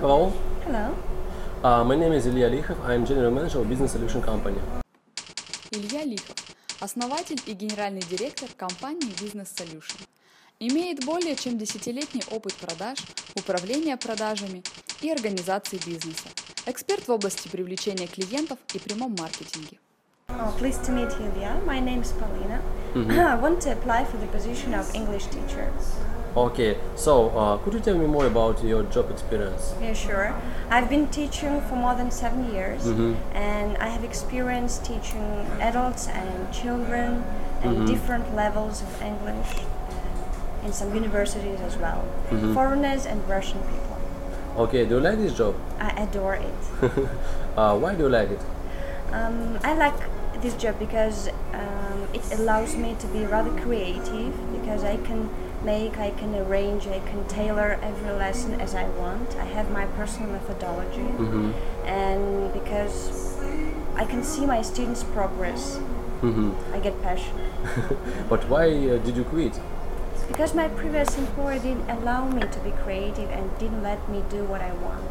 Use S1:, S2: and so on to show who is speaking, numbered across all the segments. S1: Hello.
S2: Hello.
S1: Uh, my name is Ilya Likhov. I'm general manager of Business Solution Company.
S3: Илья Лихов, основатель и генеральный директор компании Business Solution. Имеет более чем десятилетний опыт продаж, управления продажами и организации бизнеса. Эксперт в области привлечения клиентов и прямом маркетинге.
S2: Oh, pleased to meet you, Ilya. My name is Paulina. I want to apply for the position of English teacher.
S1: Okay, so uh, could you tell me more about your job experience?
S2: Yeah, sure. I've been teaching for more than seven years, and I have experience teaching adults and children and different levels of English uh, in some universities as well. Foreigners and Russian people.
S1: Okay, do you like this job?
S2: I adore it.
S1: Uh, why do you like it?
S2: Um, I like this job because um, it allows me to be rather creative because I can make, I can arrange, I can tailor every lesson as I want. I have my personal methodology, and because I can see my students' progress, I get passionate.
S1: But why uh, did you quit?
S2: Because my previous employer didn't allow me to be creative and didn't let me do what I want.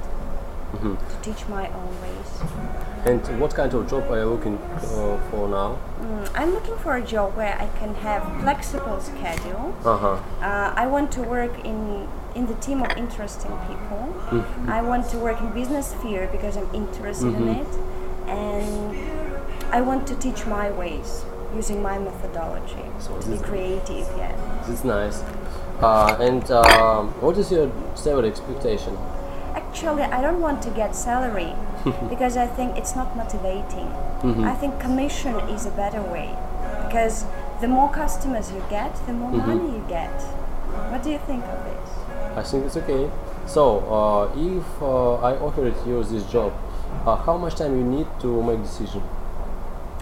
S2: To teach my own ways.
S1: And what kind of job are you looking uh, for now?
S2: Mm, I'm looking for a job where I can have flexible schedule.
S1: Uh huh.
S2: Uh, I want to work in in the team of interesting people.
S1: Mm-hmm.
S2: I want to work in business sphere because I'm interested in it, and I want to teach my ways using my methodology
S1: So
S2: to be
S1: this is-
S2: creative. Yeah,
S1: It's nice. Uh, and um what is your salary expectation?
S2: actually, I don't want to get salary because I think it's not motivating.
S1: Mm-hmm.
S2: I think commission is a better way because the more customers you get, the more
S1: Mm-hmm.
S2: money you get. What do you think of this?
S1: I think it's okay. So, uh, if uh, I offered you this job, uh, how much time you need to make decision?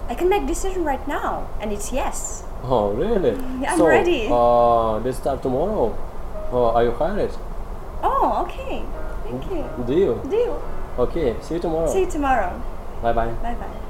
S2: I can make decision right now, and it's yes.
S1: Oh, really?
S2: Yeah, I'm
S1: so,
S2: ready.
S1: Uh, let's start tomorrow. Uh, are you hired?
S2: Oh, okay. Thank you.
S1: Deal.
S2: Deal.
S1: Okay. See you tomorrow.
S2: See you tomorrow.
S1: Bye bye.
S2: Bye bye.